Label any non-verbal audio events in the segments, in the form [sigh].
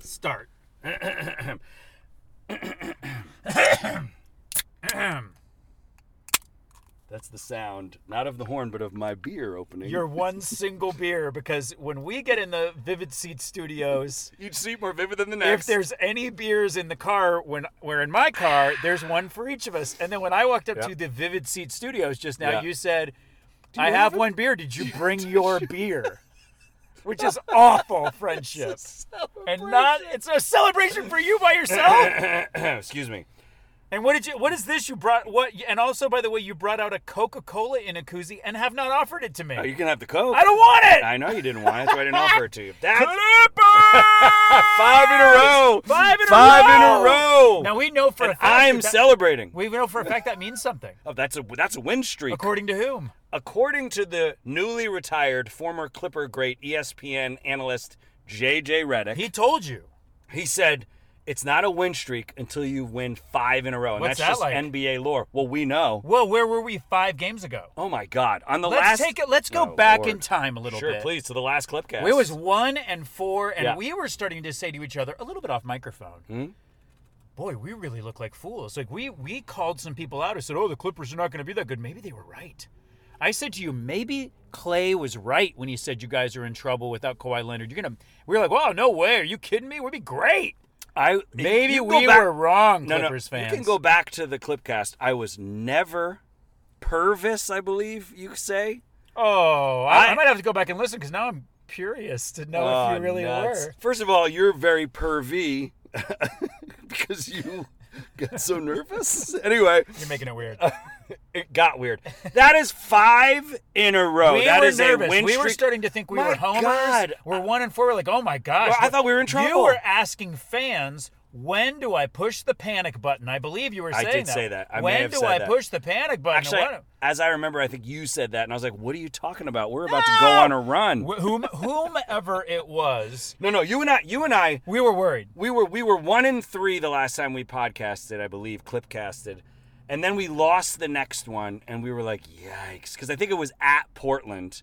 Start. That's the sound, not of the horn, but of my beer opening. [laughs] Your one single beer, because when we get in the Vivid Seat [laughs] Studios, each seat more vivid than the if next. there's any beers in the car when we're in my car, there's one for each of us. And then when I walked up Yeah. to the Vivid Seat Studios just now, Yeah. you said, "I have have it?" one beer. Did you bring your beer?" Which is awful friendship, and not it's a celebration for you by [laughs] yourself. [clears throat] Excuse me. and what did you? What is this you brought? What? And also, by the way, you brought out a Coca Cola in a koozie and have not offered it to me. Oh, you can have the coke. I don't want it. I know you didn't want it, so I didn't offer it to you. That's Five five in a row. Five in a row. Five in a row. Now we know for a and fact. I'm that- celebrating. We know for a fact that means something. Oh, that's a that's a win streak. According to whom? According to the newly retired former Clipper great E ESPN analyst JJ Redick, He told you. he said it's not a win streak until you win five in a row, and What's that's that just like? NBA lore. Well, we know. Well, where were we five games ago? Oh my God! On the let's last, take it. Let's go Oh, back Lord. in time a little sure, bit. please, to the last Clipcast. It was one and four, and Yeah. Hmm? we were starting to say to each other a little bit off microphone. Boy, we really look like fools. Like we we called some people out and said, "Oh, the Clippers are not going to be that good." Maybe they were right. I said to you, maybe Clay was right when he said you guys are in trouble without Kawhi Leonard. You're gonna. We were like, "Wow, no way! Are you kidding me? We'd be great." I Maybe you go we were wrong, Clippers no, fans. You can go back to the Clipcast. I was never Purvis, I believe you say. Oh, I, I- I might have to go back and listen because now I'm curious to know if Oh, you really nuts. were. First of all, you're very pervy [laughs] because you [laughs] got so nervous. Anyway, You're making it [laughs] weird. Oh, it got weird. That is five in a row. we That were is nervous. a win we were streak. starting to think we My were homers. God. We're one and four. We're like, oh my gosh. Well, I thought we were in You trouble. were asking fans, when do I push the panic button? I believe you were I saying did that. say that. I may when have do said I that. push the panic button? Actually, [laughs] What- as I remember, I think you said that, and I was like, "What are you talking about? We're about to go on a run." Wh- whom, whomever it was, no, no, you and I, you and I, we were worried. we were we were one in three the last time we podcasted, I believe, clipcasted, and then we lost the next one, and we were like, "Yikes!" Because I think it was at Portland,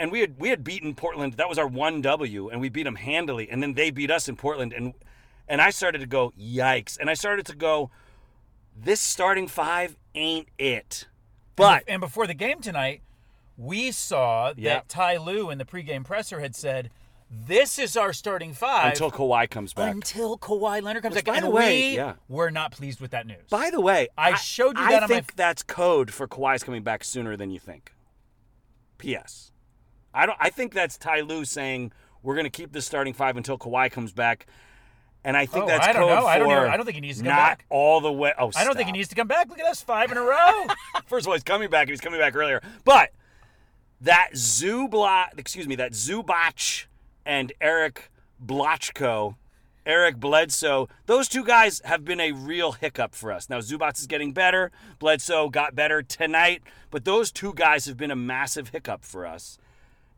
and we had we had beaten Portland. That was our one W, and we beat them handily, and then they beat us in Portland, and and I started to go, "Yikes!" And I started to go, "This starting five ain't it." But And before the game tonight, we saw Yeah. that Ty Lue in the pregame presser had said, this is our starting five. until Kawhi comes back. until Kawhi Leonard comes Which, back. by and the way, we yeah. were not pleased with that news. By the way, I showed you I that on my think f- that's code for Kawhi's coming back sooner than you think. P.S. I don't. I think that's Ty Lue saying we're going to keep this starting five until Kawhi comes back, and I think Oh, that's I don't code know. for. I don't even- I don't think he needs to come not back. all the way. Oh, I don't think he stop. needs to come back. Look at us, five in a [laughs] row. First of all, he's coming back, and he's coming back earlier. But that Zubla, excuse me, that Zubach and Eric Blotchko, Eric Bledsoe, those two guys have been a real hiccup for us. Now Zubach is getting better. Bledsoe got better tonight, but those two guys have been a massive hiccup for us,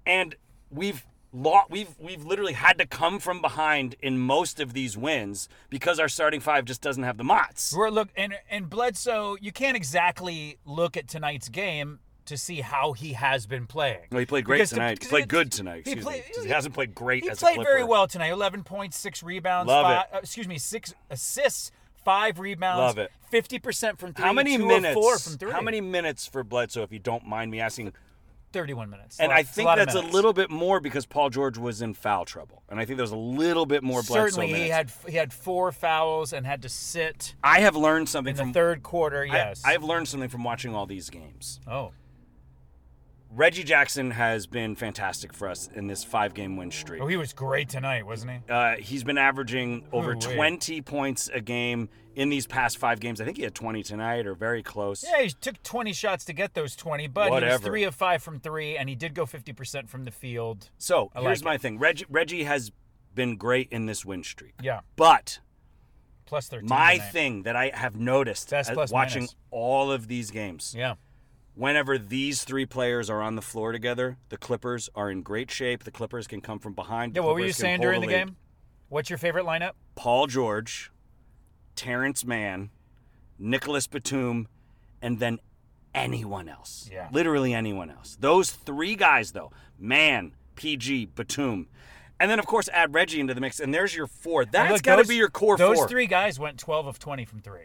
and we've. lo- We've we've literally had to come from behind in most of these wins because our starting five just doesn't have the mots. We're look and and Bledsoe. You can't exactly look at tonight's game to see how he has been playing. No, he played great Because to- tonight. he because played it- good tonight. he Excuse played- me. 'Cause He hasn't played great He as a played Clipper. very well tonight. Eleven point six rebounds. Love fi- it. uh, excuse me, six assists, five rebounds. Love it. Fifty percent from three. How many two of minutes? Four from three. How many minutes for Bledsoe, if you don't mind me asking? Thirty-one minutes. And Lot- I it's a think lot of that's a minutes. little bit more because Paul George was in foul trouble, and I think there's a little bit more Bledsoe Certainly, he minutes. had he had four fouls and had to sit I have learned something in the from third quarter. I- Yes. I have learned something from watching all these games. oh. Reggie Jackson has been fantastic for us in this five game win streak. Oh, he was great tonight, wasn't he? Uh, he's been averaging over way. 20 points a game in these past five games. I think he had 20 tonight or very close. Yeah, he took 20 shots to get those 20, but he was Whatever. 3 of 5 from 3, and he did go 50% from the field. So I here's like my thing Reggie, Reggie has been great in this win streak. Yeah, But plus 13. my tonight. thing that I have noticed Best as- plus watching minus. all of these games, Yeah. whenever these three players are on the floor together, the Clippers are in great shape. The Clippers can come from behind. Yeah, The what were you Clippers can saying hold during the lead. game? What's your favorite lineup? Paul George, Terrence Mann, Nicholas Batum, and then anyone else. Yeah. Literally anyone else. Those three guys, though Mann, PG, Batum. And then, of course, add Reggie into the mix, and there's your four. And That's look, got to those- be your core Those four. three guys went 12 of 20 from 3.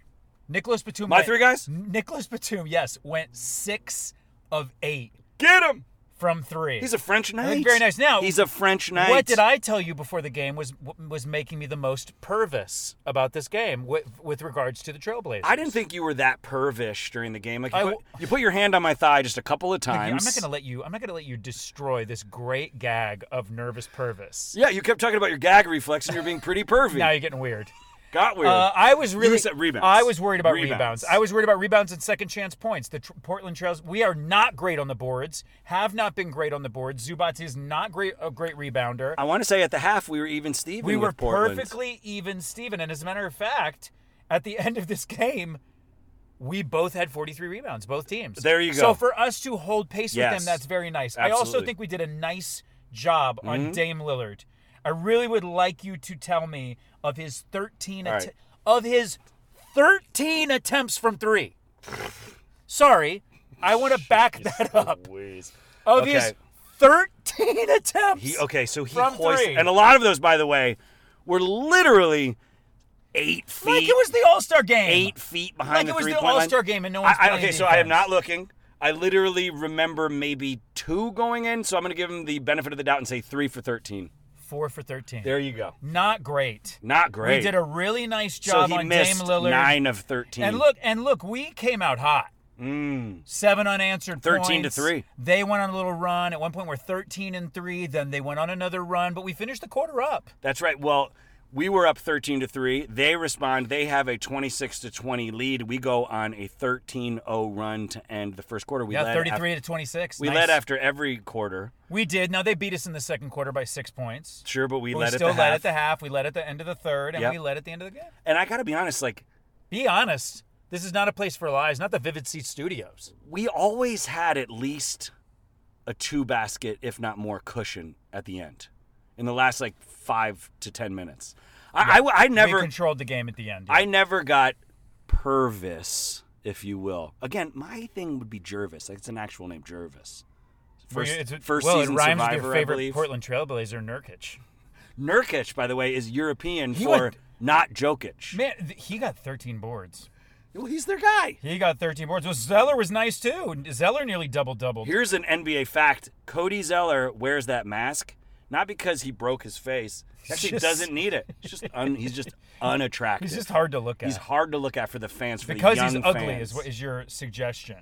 Nicholas Batum. My went- three guys? Nicholas Batum, yes, went 6 of 8 Get him! from 3. He's a French knight. think very nice. Now, he's a French knight. What did I tell you before the game was was making me the most pervis about this game with, with regards to the Trailblazers? I didn't think you were that pervish during the game. Like you, I put, w- you put your hand on my thigh just a couple of Look, times. I'm not gonna let you. I'm not gonna let you destroy this great gag of nervous pervis. Yeah, you kept talking about your gag reflex, and you're being pretty pervy. Now you're getting weird. Got weird. Uh, I was really said rebounds. I was worried about rebounds. Rebounds. I was worried about rebounds and second chance points. The tr- Portland Trails we are not great on the boards. Have not been great on the boards. Zubats is not great a great rebounder. I want to say at the half we were even Steven we with were Portland. perfectly even, Steven. And as a matter of fact, at the [laughs] end of this game, we both had 43 rebounds, both teams. There you So go. for us to hold pace with Yes. them, that's very nice. I also Absolutely. Mm-hmm. think we did a nice job on Dame Lillard. I really would like you to tell me of his 13 All att- right. of his 13 attempts from 3. Sorry, I want to back that up. Of his Okay. 13 attempts. He okay, so he From hoisted, three. and a lot of those, by the way, were literally eight feet, like it was the All-Star game. eight feet behind Like it the was three the point line. All-Star game and no I- one's I, playing okay, so I am defense. not looking. I literally remember maybe two going in, so I'm going to give him the benefit of the doubt and say three for thirteen. Four for 13. There you go. Not great. Not great. We did a really nice so job he on missed Dame Lillard. nine of thirteen. Hmm. And look, and look, we came out hot. Seven unanswered 13 to points. three. They went on a little run. At one point, we're 13 and three. Then they went on another run, but we finished the quarter up. That's right. Well, we were up 13 to 3. They respond. They have a 26 to 20 lead. We go on a 13-0 run to end the first quarter. We yeah, led 33 af- to 26. we Nice. led after every quarter. We did. Now they beat us in the second quarter by six points. Sure, but we But led still at the led half. at the half. We led at the end of the third, and Yep. we led at the end of the game. and I got to be honest, like Be honest. This is not a place for lies. Not the Vivid Seat Studios. we always had at least a two basket, if not more, cushion at the end in the last like 5 to 10 minutes. I, I, I We never controlled the game at the end. I never got Purvis, if you will. Again, my thing would be Jervis. Like it's an actual name, Jervis. Well, First, it's a- first well, season it rhymes survivor, with your I favorite believe. Portland Trailblazer, Nurkic. Nurkic, by the way, is European He for went- not Jokic. Man, th- he got 13 boards. Well, he's their guy. He got 13 boards. Well, Zeller was nice too. Zeller nearly double doubled. Here's an NBA fact: Cody Zeller wears that mask not because he broke his face. He actually Just- doesn't need it. He's just un, he's just unattractive. [laughs] He's just hard to look at. He's hard to look at for the fans. For because the young he's ugly fans. is what is your suggestion.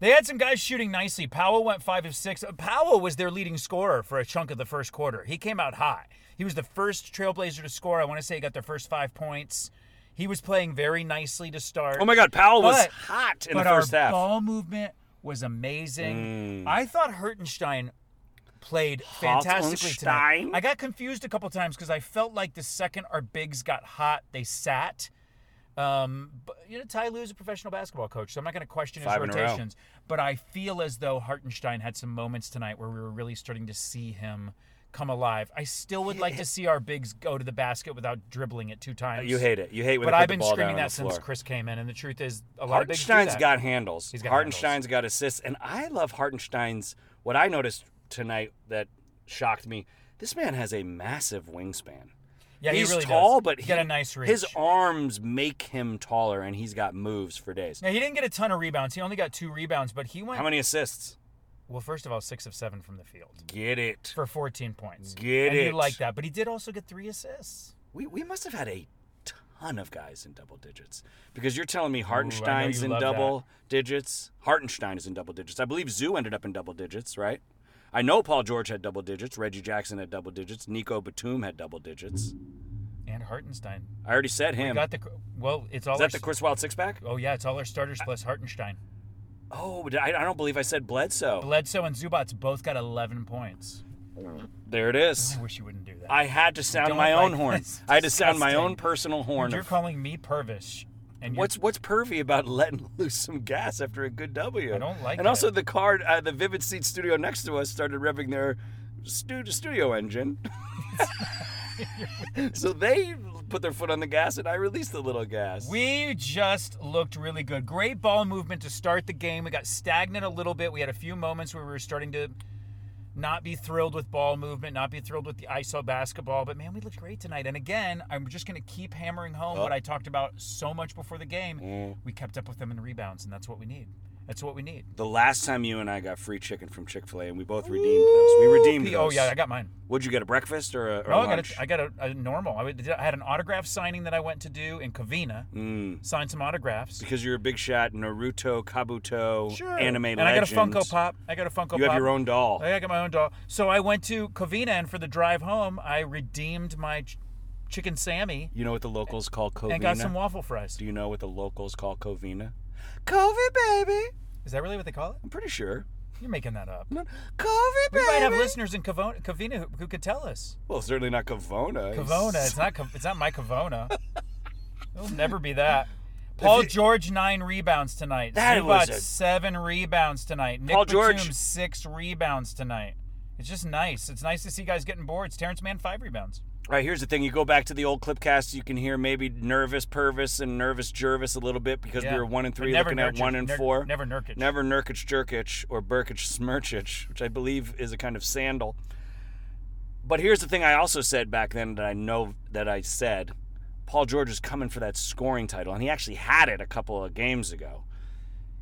They had some guys shooting nicely. Powell went five of six. Powell was their leading scorer for a chunk of the first quarter. He came out hot. He was the first Trailblazer to score. I want to say he got their first five points. He was playing very nicely to start. Oh my God, Powell was But- hot in but the first our half. Mm. ball movement was amazing. I thought Hertenstein played fantastically tonight. Hartenstein? I got confused a couple times because I felt like the second our bigs got hot, they sat. Um, but you know, Ty Lue's a professional basketball coach, so I'm not going to question his Five in a row. rotations. But I feel as though Hartenstein had some moments tonight where we were really starting to see him come alive. I still would like to see our bigs go to the basket without dribbling it two times. Uh, You hate it. You hate when But they put I've the been ball down screaming on that the since floor. Chris came in, and the truth is, a lot of bigs do Hartenstein's that. got handles. He's got Hartenstein's got assists, and I love Hartenstein's. What I noticed tonight that shocked me: this man has a massive wingspan. Yeah, he's he really tall, does. but He's he, got a nice reach. His arms make him taller, and he's got moves for days. now he didn't get a ton of rebounds. He only got two rebounds, but he went How many assists? well. First of all, six of seven from the field Get it. for 14 points. Get and you it. like that, but he did also get three assists. We we must have had a ton of guys in double digits because you're telling me Hartenstein's you in love double digits. Hartenstein is in double digits. I believe Zoo ended up in double digits, right? I know Paul George had double digits. Reggie Jackson had double digits. Nico Batum had double digits. And Hartenstein. I already said We him. got the well. It's all is our, that the Chris Wild six pack? Oh yeah, it's all our starters plus Hartenstein. Oh, but I, I don't believe I said Bledsoe. Bledsoe and Zubats both got 11 points. there it is. I wish you wouldn't do that. I had to sound Don't my own like- horn. that's I had to sound my disgusting. own personal horn. Dude, you're of- calling me pervish. And you're- What's what's pervy about [laughs] letting loose some gas after a good W? I don't like And also it. the card, uh, the Vivid Seat studio next to us started revving their stu- studio engine. [laughs] so they put their foot on the gas, and I released a little gas. We just looked really good. Great ball movement to start the game. We got stagnant a little bit. We had a few moments where we were starting to not be thrilled with ball movement, not be thrilled with the ISO basketball. But man, we looked great tonight. And again, I'm just going to keep hammering home Oh. what I talked about so much before the game. Mm. We kept up with them in rebounds, and that's what we need. That's what we need. the last time you and I got free chicken from Chick Fil A, and we both redeemed those. We redeemed P- oh those. yeah, I got mine. Would you get a breakfast or a, or oh, a lunch? I got a, I got a, a normal. I, would- I had an autograph signing that I went to do in Covina. Mm. Signed some autographs. because you're a big shot, Naruto, Kabuto, And anime legend. I got a Funko Pop. I got a Funko Pop. You have your own doll. Oh, I got my own doll. So I went to Covina, and for the drive home, I redeemed my ch- chicken Sammy You know what the locals call Covina? and got some waffle fries. Do you know what the locals call Covina? Covey, baby. Is that really what they call it? I'm pretty sure. You're making that up. Covey, We baby. might have listeners in Covona, Covina who, who could tell us. Well, certainly not Cavona. Covona. It's not. Cov- It's not my Covona. It'll never be [laughs] that. Paul George nine rebounds tonight. That was Zubac, a- seven rebounds tonight. Nick Paul George- Batum, six rebounds tonight. It's just nice. It's nice to see guys getting boards. Terrence Mann five rebounds. All right, here's the thing. You go back to the old Clipcast, you can hear maybe Nervous Purvis and Nervous Jervis a little bit because Yeah. we were 1 and But 3 never looking Nurkic- at 1 and Nur- 4. Never Nurkic. Never Nurkic Jerkic or Burkic Smirchich, which I believe is a kind of sandal. But here's the thing I also said back then that I know that I said Paul George is coming for that scoring title, and he actually had it a couple of games ago.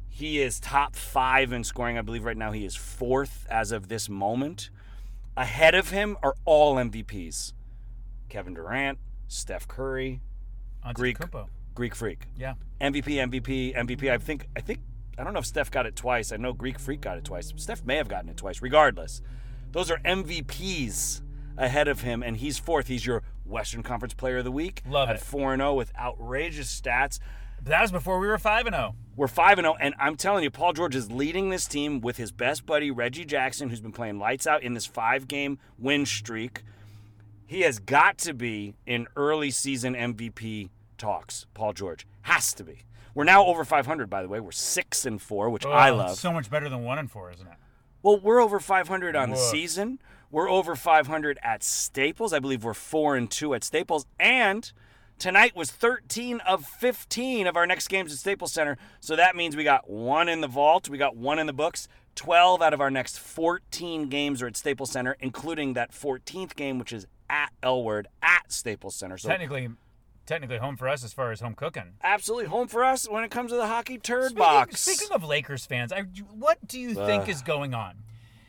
He is top five in scoring. I believe right now he is fourth as of this moment. Ahead of him are all MVPs Kevin Durant, Steph Curry, Antetokounmpo. Greek. Greek Freak. Yeah. MVP, MVP, MVP. I think I think I don't know if Steph got it twice. I know Greek Freak got it twice. Steph may have gotten it twice. Regardless, those are MVPs ahead of him, and he's fourth. He's your Western Conference Player of the Week. Love at it. four and zero with outrageous stats. But that was before we were five and oh. zero. We're five and zero, and I'm telling you, Paul George is leading this team with his best buddy Reggie Jackson, who's been playing lights out in this five game win streak. He has got to be in early season MVP talks. Paul George has to be. We're now over 500, by the way. We're six and four, which I love. Oh, So much better than one and four, isn't it? well, we're over 500 on the Whoa. season. We're over 500 at Staples. I believe we're four and two at Staples, and tonight was 13 of 15 of our next games at Staples Center. So that means we got one in the vault, we got one in the books. 12 out of our next 14 games are at Staples Center, including that 14th game, which is at Elward at Staples Center. So technically, technically home for us as far as home cooking. absolutely home for us when it comes to the hockey turd Speaking, box. speaking of Lakers fans, I, what do you think is going on?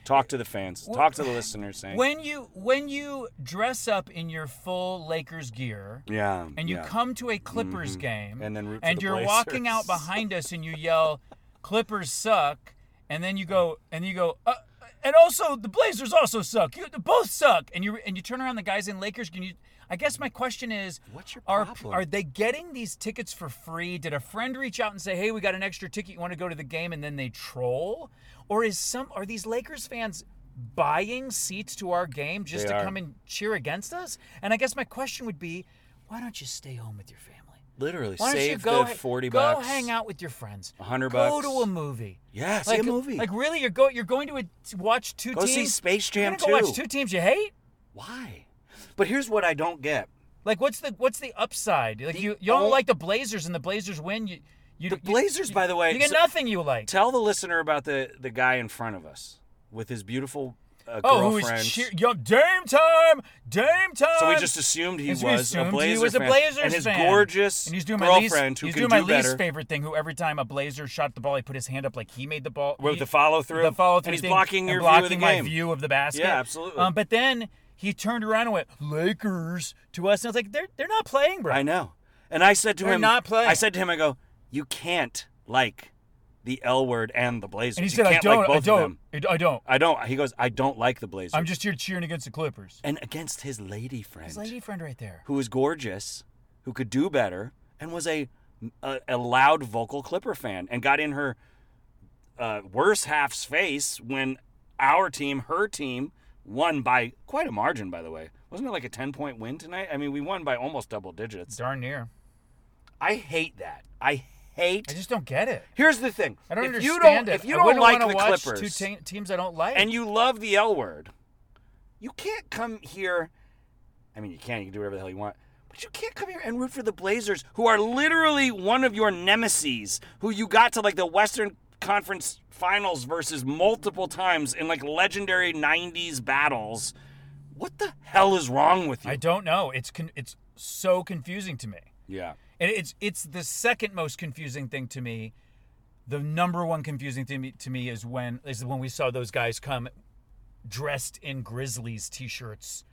Talk to the fans. Talk to the listeners. Saying, When you when you dress up in your full Lakers gear yeah, and you yeah. Mm-hmm. come to a Clippers game And then root for and the you're walking [laughs] out Blazers. behind us and you yell Clippers suck and then you go and you go uh, and also the Blazers also suck. You both suck and you and you turn around the guys in Lakers can you I guess my question is What's your are problem? are they getting these tickets for free? Did a friend reach out and say, "Hey, we got an extra ticket. You want to go to the game?" and then they troll? Or is some are these Lakers fans buying seats to our game just They to are. come and cheer against us? And I guess my question would be, why don't you stay home with your family? Literally, Why don't save you go the ha- forty go bucks. hang out with your friends? A hundred Go bucks. to a movie. Yeah, see like, a movie. Like really, you're going you're going to a, watch two Go teams. see Space Jam you're gonna go watch 2. two teams you hate. Why? But here's what I don't get. Like what's the what's the upside? Like The you you don't ol- like the Blazers and the Blazers win. You you The you- Blazers, you- by the way, you get so- nothing you like. Tell the listener about the the guy in front of us with his beautiful uh, oh, who girlfriend. is cheer? Yo, Dame time, Dame time. so we just assumed he Yes, we was assumed a he Blazer was fan, a Blazers and his fan. gorgeous and he's doing my girlfriend least, who he's can doing my do better. least favorite thing. Who every time a Blazer shot the ball, he put his hand up like he made the ball. With he- the follow-through? the follow through. And he's blocking your view of blocking the my game. view of the basket. Yeah, absolutely. Um, but then he turned around and went Lakers to us, and I was like, they're they're not playing, bro. I know. And I said to They're him, not playing. I said to him, I go, you can't like the L word and the Blazers. And he You said, "I can't don't, like I both of don't, them. I I don't. I don't. He goes, I don't like the Blazers. I'm just here cheering against the Clippers." and against his lady friend, His lady friend right there. who was gorgeous, who could do better, and was a a, a loud vocal Clipper fan, and got in her uh, worse half's face when our team, her team, won by quite a margin. By the way, wasn't it like a ten point win tonight? I mean, we won by almost double digits. Darn near. I hate that. I hate. I just don't get it. Here's the thing. I don't if understand you don't, it. If you I don't wouldn't like wanna the watch Clippers, two te- teams I don't like. and you love the L word, you can't come here. I mean, you can. You can do whatever the hell you want. But you can't come here and root for the Blazers, who are literally one of your nemesis, who you got to like the Western Conference Finals versus multiple times in like legendary '90s battles. What the hell is wrong with you? I don't know. It's con- it's so confusing to me. yeah. And it's it's the second most confusing thing to me. The number one confusing thing to me, to me is when is when we saw those guys come dressed in Grizzlies t-shirts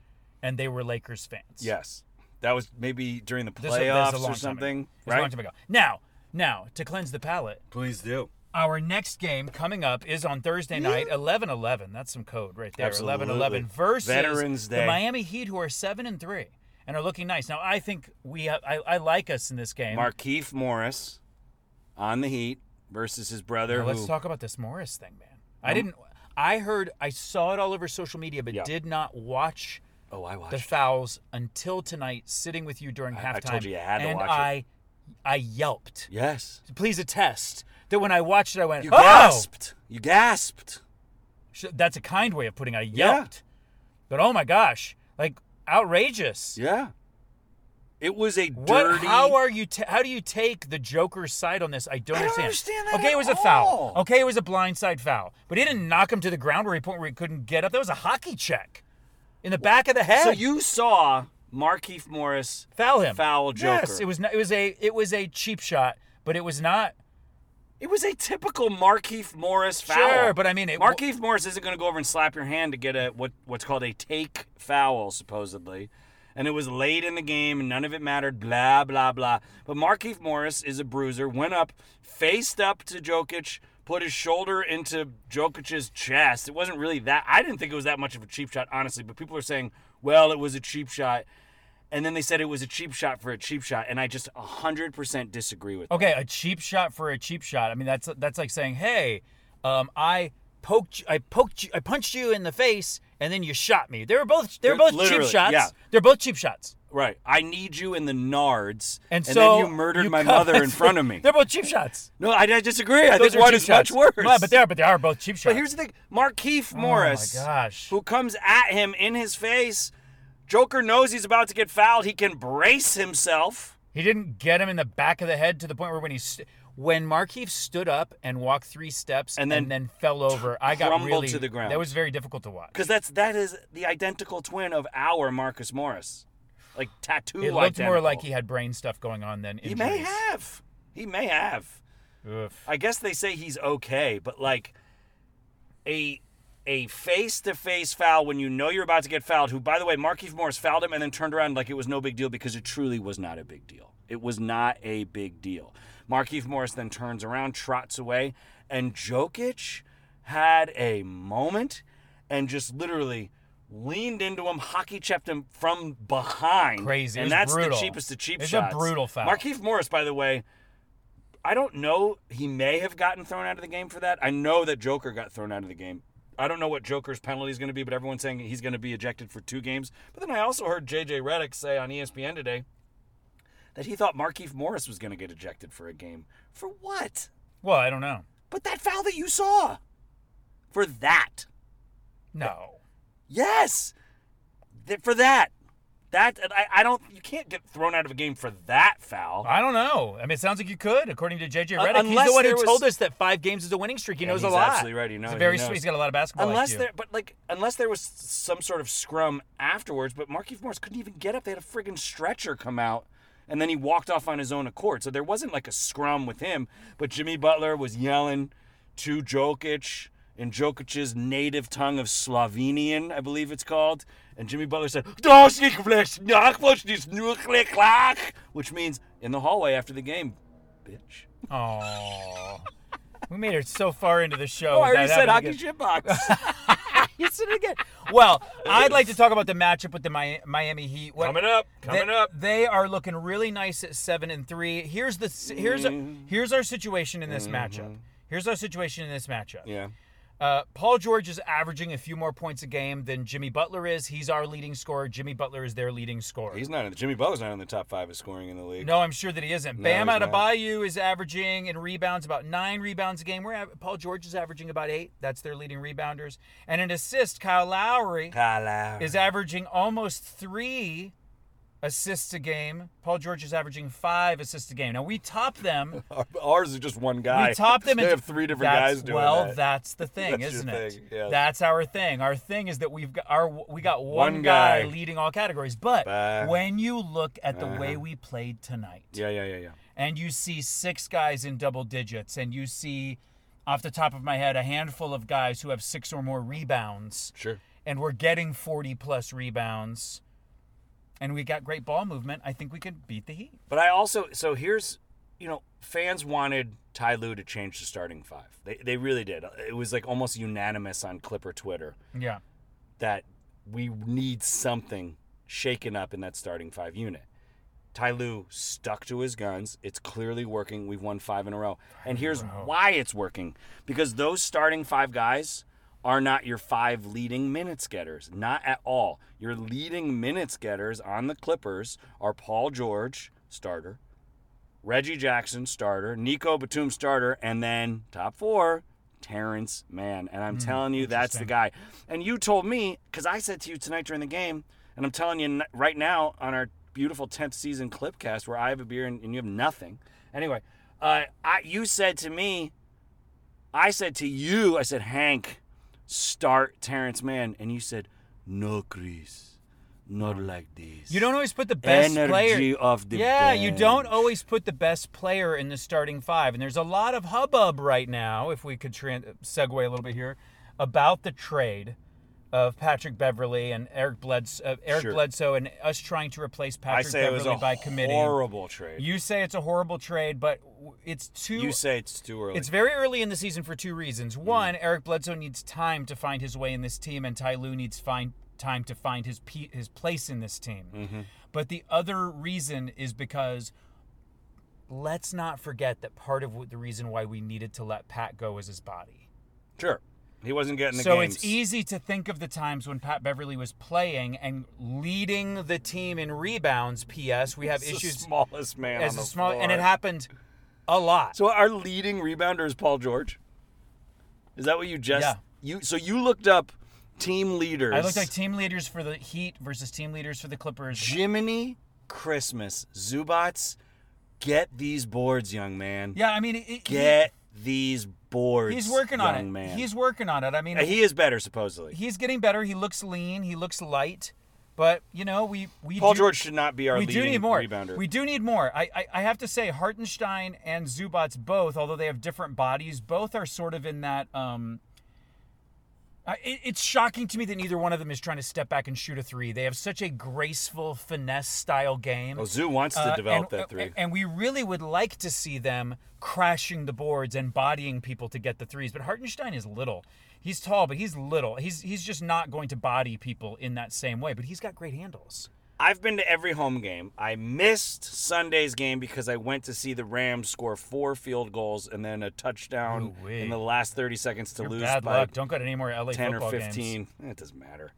and they were Lakers fans. Yes. That was maybe during the This was- this was a long time ago. It was a long time ago. Now, now to cleanse the palate, Please do. our next game coming up is on Thursday night, 11 11. That's some code right there. 11 11 Absolutely. versus Veterans the Day. Miami Heat, who are 7 and 3 and are looking nice. Now, I think we have, I, I like us in this game. Markeith Morris on the Heat versus his brother. Now, let's who- talk about this Morris thing, man. I didn't, I heard, I saw it all over social media, but Yeah. did not watch Oh, I the watched. fouls until tonight, sitting with you during I- I halftime. told you you had to and watch it. I, I yelped. yes. Please attest that when I watched it, I went, You oh! gasped. You gasped. Sh- that's a kind way of putting I Yeah. yelped. But oh my gosh, like outrageous. Yeah. It was a dirty. What? How are you? ta how do you take the Joker's side on this? I don't I don't understand. understand that okay, at it was a foul. all. Okay, it was a blindside foul. But he didn't knock him to the ground where he point where he couldn't get up. That was a hockey check in the back of the head. so you saw Markeith Morris? foul him. foul Joker. Yes, it was. Not, it was a. It was a cheap shot, but it was not. It was a typical Markeith Morris foul. Sure, but I mean, it w- Markeith Morris isn't going to go over and slap your hand to get a what what's called a take foul, supposedly. And it was late in the game, and none of it mattered. Blah blah blah. But Markeith Morris is a bruiser. Went up, faced up to Jokic, put his shoulder into Jokic's chest. It wasn't really that. I didn't think it was that much of a cheap shot, honestly. But people are saying, well, it was a cheap shot. And then they said it was a cheap shot for a cheap shot, and I just 100% disagree with. Okay, a cheap shot for a cheap shot. I mean, that's that's like saying, "Hey, um, I poked, you, I poked, you, I punched you in the face, and then you shot me." They were both they were They're both cheap literally- shots. yeah. They're both cheap shots. Right. I need you in the nards. And, so then you murdered you my come- [laughs] mother in front of me. They're both cheap shots. No, I, I disagree. I Those think are one cheap is shots. much worse. No, but they are, but they are both cheap shots. Oh But here's the thing Markeith Morris, gosh. who comes at him in his face. Joker knows he's about to get fouled. He can brace himself. he didn't get him in the back of the head to the point where when he st- when Markeef stood up and walked three steps And and then then, fell over, I got crumbled really to the ground. That was very difficult to watch. Because that's that is the identical twin of our Marcus Morris. Like tattoo It looked more identical. like he had brain stuff going on than He may injuries. have. He may have. Oof. I guess they say he's okay, but like a a face to face foul when you know you're about to get fouled, who by the way, Markeith Morris fouled him and then turned around like it was no big deal because it truly was not a big deal. It was not a big deal. Markeith Morris then turns around, trots away, and Jokic had a moment and just literally leaned into him, hockey checked him from behind. Crazy. It And was that's brutal. the cheapest of cheap It's a shots. brutal foul. Markeith Morris, by the way, I don't know. He may have gotten thrown out of the game for that. I know that Joker got thrown out of the game. I don't know what Joker's penalty is going to be, but everyone's saying he's going to be ejected for two games. But then I also heard JJ Redick say on E ESPN today that he thought Markeith Morris was going to get ejected for a game. For what? Well, I don't know. But that foul that you saw. For that. No. Yes. Th- For that. That and I, I don't you can't get thrown out of a game for that foul. I don't know. I mean, it sounds like you could, according to JJ Uh, Redick. he's unless the one who there was- told us that five games is a winning streak. He Yeah, knows he's a lot. absolutely right. He know- He's he a very knows. sweet. He's got a lot of basketball. unless IQ. there but like unless there was some sort of scrum afterwards but Marquise Morris couldn't even get up they had a friggin' stretcher come out and then he walked off on his own accord so there wasn't like a scrum with him but Jimmy Butler was yelling to Jokic in Jokic's native tongue of Slovenian, I believe it's called. And Jimmy Butler said, "Das ich weiß nicht, was ist nur klar," which means in the hallway after the game, bitch. Oh, we made it so far into the show. Oh, I already without said having hockey to get- shitbox. [laughs] You said it again. Well, I'd like to talk about the matchup with the Mi- Miami Heat. What- Coming up, They- coming up. They are looking really nice at seven and three. Here's the s- here's Mm-hmm. here's our situation in this matchup. Here's our situation in this matchup. yeah. Uh, Paul George is averaging a few more points a game than Jimmy Butler is. He's our leading scorer. Jimmy Butler is their leading scorer. He's not in Jimmy Butler's not in the top five of scoring in the league. no, I'm sure that he isn't. Bam he's not. Adebayo is averaging in rebounds about nine rebounds a game. We're av- Paul George is averaging about eight. That's their leading rebounders. And an assist, Kyle Lowry Kyle Lowry. is averaging almost three assists a game. Paul George is averaging five assists a game. Now we top [laughs] them. Our- Ours is just one guy. We top them. they in- have three different that's- guys doing Well, that. that's the thing, That's your isn't it? thing, yeah. That's our thing. Our thing is that we've got our we got one, One guy. guy. leading all categories. But Bah. Uh-huh. when you look at the way we played tonight, Yeah, yeah, yeah, yeah. and you see six guys in double digits, and you see. Off the top of my head, a handful of guys who have six or more rebounds Sure. and we're getting 40 plus rebounds and we got great ball movement, I think we can beat the Heat. But I also so here's you know fans wanted Ty Lue to change the starting five. They they really did. It was like almost unanimous on Clipper Twitter Yeah. that we need something shaken up in that starting five unit. Ty Lue stuck to his guns. It's clearly working. We've won five in a row. And here's why it's working because those starting five guys are not your five leading minutes getters. Not at all. Your leading minutes getters on the Clippers are Paul George, starter, Reggie Jackson, starter, Nico Batum, starter, and then top four, Terrence Mann. And Hmm, I'm telling you, that's the guy. And you told me, because I said to you tonight during the game, and I'm telling you n- right now on our beautiful 10th season Clipcast where I have a beer and, and you have nothing. Anyway, uh, I, you said to me, I said to you, I said, Hank, start Terrence Mann. And you said, no, Chris, not like this. You don't always put the best Energy player. of the yeah, you don't bench. always put the best player in the starting five. And there's a lot of hubbub right now, if we could tran segue a little bit here, about the trade of Patrick Beverly and Eric Bledsoe, uh, Eric Sure. Bledsoe and us trying to replace I Patrick say it was Beverly a by committee. horrible trade. You say it's a horrible trade, but w- it's too You say it's too early. It's very early in the season for two reasons. Mm. One, Eric Bledsoe needs time to find his way in this team, and Ty Lue needs find time to find his pe- his place in this team. Mm-hmm. But the other reason is because let's not forget that part of what, the reason why we needed to let Pat go is his body. sure. He wasn't getting the So games. it's easy to think of the times when Pat Beverly was playing and leading the team in rebounds. P.S. We have It's issues The smallest man as on a the small, floor. and it happened a lot. So our leading rebounder is Paul George. Is that what you just Yeah. you? So you looked up team leaders. I looked like team leaders for the Heat versus team leaders for the Clippers. Jiminy Christmas Zubats. Get these boards, young man. Yeah, I mean, it, Get these boards. he, he's working young on it. Man. He's working on it. I mean, Uh, he is better supposedly. he's getting better. He looks lean. He looks light. But you know, we we Paul do, George should not be our we leading do need more. rebounder. We do need more. I, I I have to say, Hartenstein and Zubats both, although they have different bodies, both are sort of in that. um I- it, it's shocking to me that neither one of them is trying to step back and shoot a three. They have such a graceful finesse style game. Oh, Zoo wants Uh, to develop and, that three. And we really would like to see them crashing the boards and bodying people to get the threes. But Hartenstein is little. He's tall, but he's little. He's he's just not going to body people in that same way. But he's got great handles. I've been to every home game. I missed Sunday's game because I went to see the Rams score four field goals and then a touchdown Ooh-wee. in the last 30 seconds to You're lose bad by luck. Don't go to any more LA 10 or football 15. games. It [laughs] doesn't matter.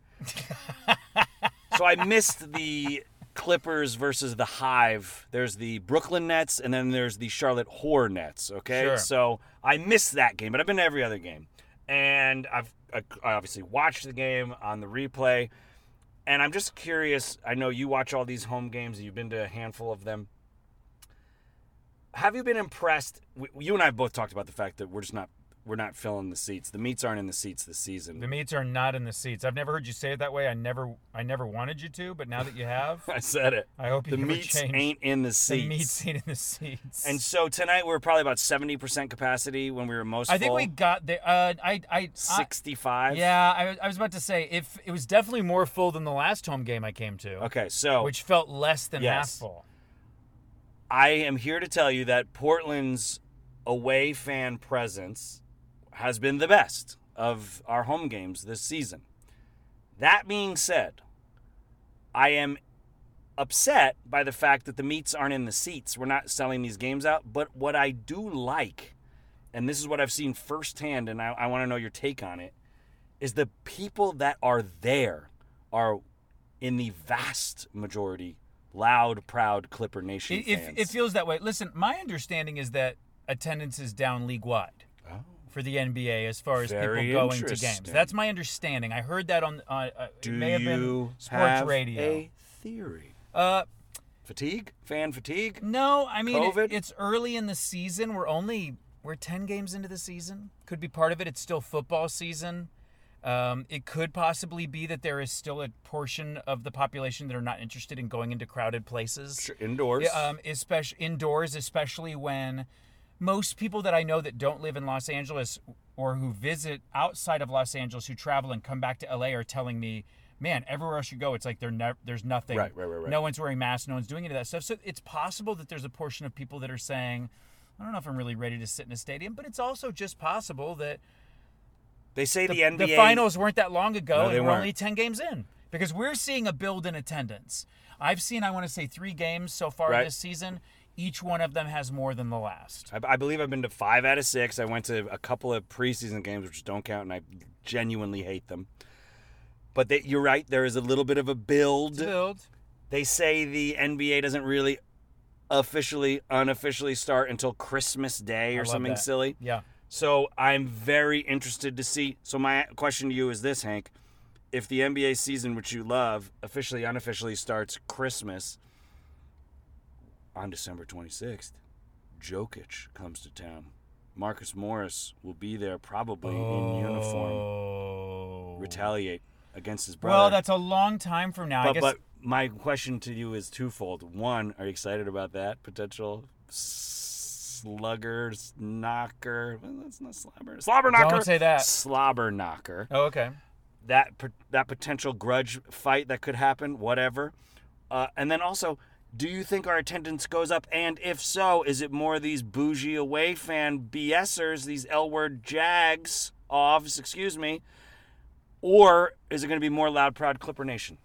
so I missed the Clippers versus the Hive. There's the Brooklyn Nets and then there's the Charlotte Hornets. Okay, Sure. so I missed that game, but I've been to every other game, and I've I I obviously watched the game on the replay, and I'm just curious. I know you watch all these home games. You've been to a handful of them. Have you been impressed? w- You and I have both talked about the fact that we're just not we're not filling the seats. The meats aren't in the seats this season. The meats are not in the seats. I've never heard you say it that way. I never, I never wanted you to, but now that you [laughs] have, [laughs] I said it. I hope you the never meats change. ain't in the the seats. meats ain't in the seats. And so tonight we were probably about seventy percent capacity when we were most. I think full. we got there. Uh, I, I, I, sixty-five. yeah, I, was- I was about to say if it was definitely more full than the last home game I came to, Okay, so which felt less than Yes. half full. I am here to tell you that Portland's away fan presence has been the best of our home games this season. That being said, I am upset by the fact that the meats aren't in the seats. We're not selling these games out. But what I do like, and this is what I've seen firsthand, and I, I want to know your take on it, is the people that are there are in the vast majority loud, proud Clipper Nation It, it, fans. it feels that way. Listen, my understanding is that attendance is down league wide Oh. for the NBA as far as Very people going to games. interesting. That's my understanding. I heard that on uh, uh, Do it may have you been sports have radio. a theory? Uh, Fatigue? Fan fatigue? no, I mean it- COVID? it's early in the season. We're only we're ten games into the season. Could be part of it. It's still football season. Um, it could possibly be that there is still a portion of the population that are not interested in going into crowded places. Sure, indoors. Yeah, um, especially indoors, especially when most people that I know that don't live in Los Angeles or who visit outside of Los Angeles who travel and come back to LA are telling me, "Man, everywhere else you go, it's like there nev- there's nothing. Right, right, right, right. No one's wearing masks. No one's doing any of that stuff." So it's possible that there's a portion of people that are saying, "I don't know if I'm really ready to sit in a stadium," but it's also just possible that they say the, the, NBA. the finals weren't that long ago, No, and they we're weren't. only ten games in because we're seeing a build in attendance. I've seen, I want to say, three games so far Right. this season. Each one of them has more than the last. I, I believe I've been to five out of six. I went to a couple of preseason games, which don't count, and I genuinely hate them. But they, you're right. There is a little bit of a build. Build. They say the NBA doesn't really officially, unofficially start until Christmas Day I or love something that. silly. Yeah. So I'm very interested to see. So my question to you is this, Hank: If the NBA season, which you love, officially unofficially starts Christmas on December 26th, Jokic comes to town. Marcus Morris will be there, probably in uniform, Oh. retaliate against his brother. Well, that's a long time from now. I but, guess but my question to you is twofold. One, are you excited about that potential? Slugger, knocker. Well, that's not slobber. Slobber Don't knocker. say that. Slobber knocker. Oh, okay. That pot- that potential grudge fight that could happen. Whatever. Uh, and then also, do you think our attendance goes up? And if so, is it more of these bougie away fan BSers, these L word jags, offs, excuse me, or is it going to be more loud, proud Clipper Nation?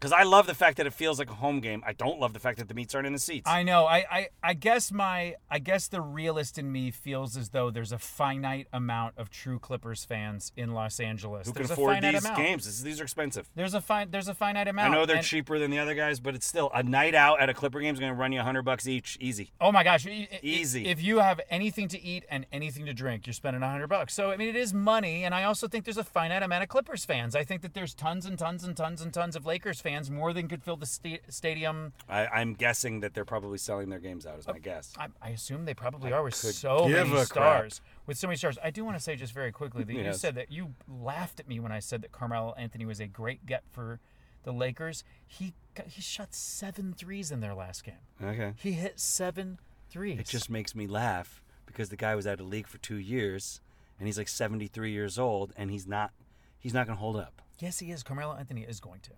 Because I love the fact that it feels like a home game. I don't love the fact that the meats aren't in the seats. I know. I, I I guess my I guess the realist in me feels as though there's a finite amount of true Clippers fans in Los Angeles. Who can there's a afford finite these amount. games? This- these are expensive. There's a fine there's a finite I amount. know they're and- cheaper than the other guys, but it's still a night out at a Clipper game is going to run you hundred bucks each, easy. Oh my gosh! i- i- Easy. If you have anything to eat and anything to drink, you're spending hundred bucks. So I mean, it is money, and I also think there's a finite amount of Clippers fans. I think that there's tons and tons and tons and tons of Lakers fans, more than could fill the sta- stadium. I, I'm guessing that they're probably selling their games out. Is my guess. I, I assume they probably are with so give many a crap. stars. With so many stars, I do want to say just very quickly that you Yes. said that you laughed at me when I said that Carmelo Anthony was a great get for the Lakers. He got- he shot seven threes in their last game. Okay. He hit seven threes. It just makes me laugh because the guy was out of the league for two years, and he's like 73 years old, and he's not he's not gonna hold up. Yes, he is. Carmelo Anthony is going to.